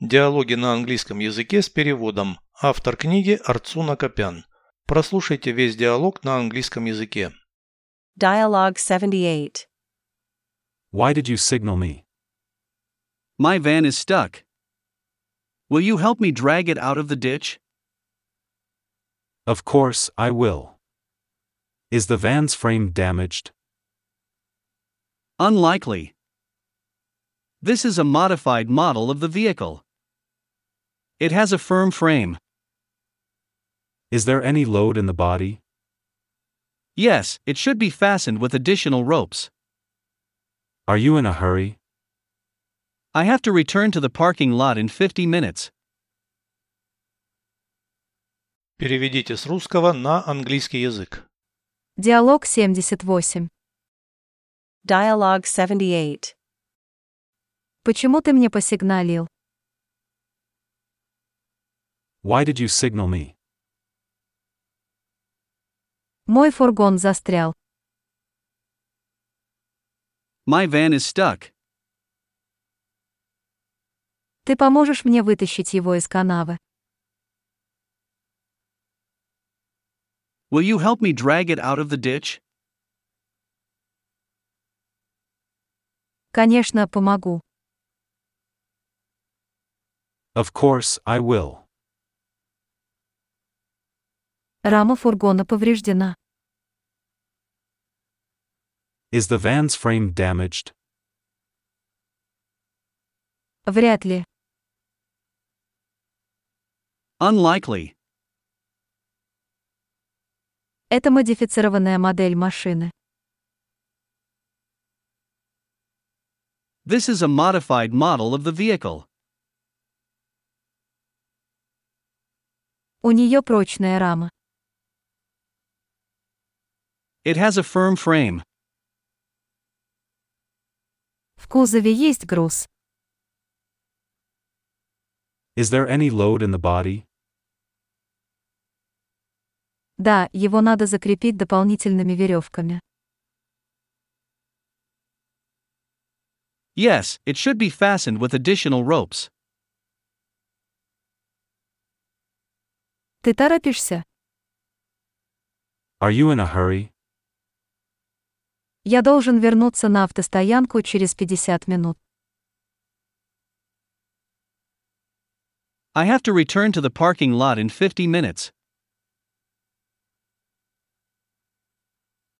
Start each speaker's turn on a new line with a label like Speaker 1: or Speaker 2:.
Speaker 1: Диалоги на английском языке с переводом. Автор книги Арцуна Копян. Прослушайте весь диалог на английском языке.
Speaker 2: Dialogue 78.
Speaker 3: Why did you signal me?
Speaker 4: My van is stuck. Will you help me drag it out of the ditch?
Speaker 3: Of course, I will. Is the van's frame damaged?
Speaker 4: Unlikely. This is a modified model of the vehicle. It has a firm frame.
Speaker 3: Is there any load in the body?
Speaker 4: Yes, it should be fastened with additional ropes.
Speaker 3: Are you in a hurry?
Speaker 4: I have to return to the parking lot in 50 minutes.
Speaker 1: Переведите с русского на английский язык.
Speaker 5: Диалог 78.
Speaker 2: Dialogue 78.
Speaker 5: Почему ты мне посигналил?
Speaker 3: Why did you signal me?
Speaker 5: Мой фургон застрял.
Speaker 4: My van is stuck.
Speaker 5: Ты поможешь мне вытащить его из канавы?
Speaker 4: Will you help me drag it out of the ditch?
Speaker 5: Конечно, помогу.
Speaker 3: Of course, I will.
Speaker 5: Рама фургона повреждена.
Speaker 3: Is the van's frame damaged?
Speaker 5: Вряд ли.
Speaker 4: Unlikely.
Speaker 5: Это модифицированная модель машины.
Speaker 4: This is a modified model of the vehicle.
Speaker 5: У нее прочная рама.
Speaker 4: It has a firm frame.
Speaker 5: В кузове есть груз.
Speaker 3: Is there any load in the body?
Speaker 5: Да, его надо закрепить дополнительными веревками.
Speaker 4: Yes, it should be fastened with additional ropes.
Speaker 5: Ты торопишься?
Speaker 3: Are you in a hurry?
Speaker 5: Я должен вернуться на автостоянку через 50 минут.
Speaker 4: I have to return to the parking lot in 50 minutes.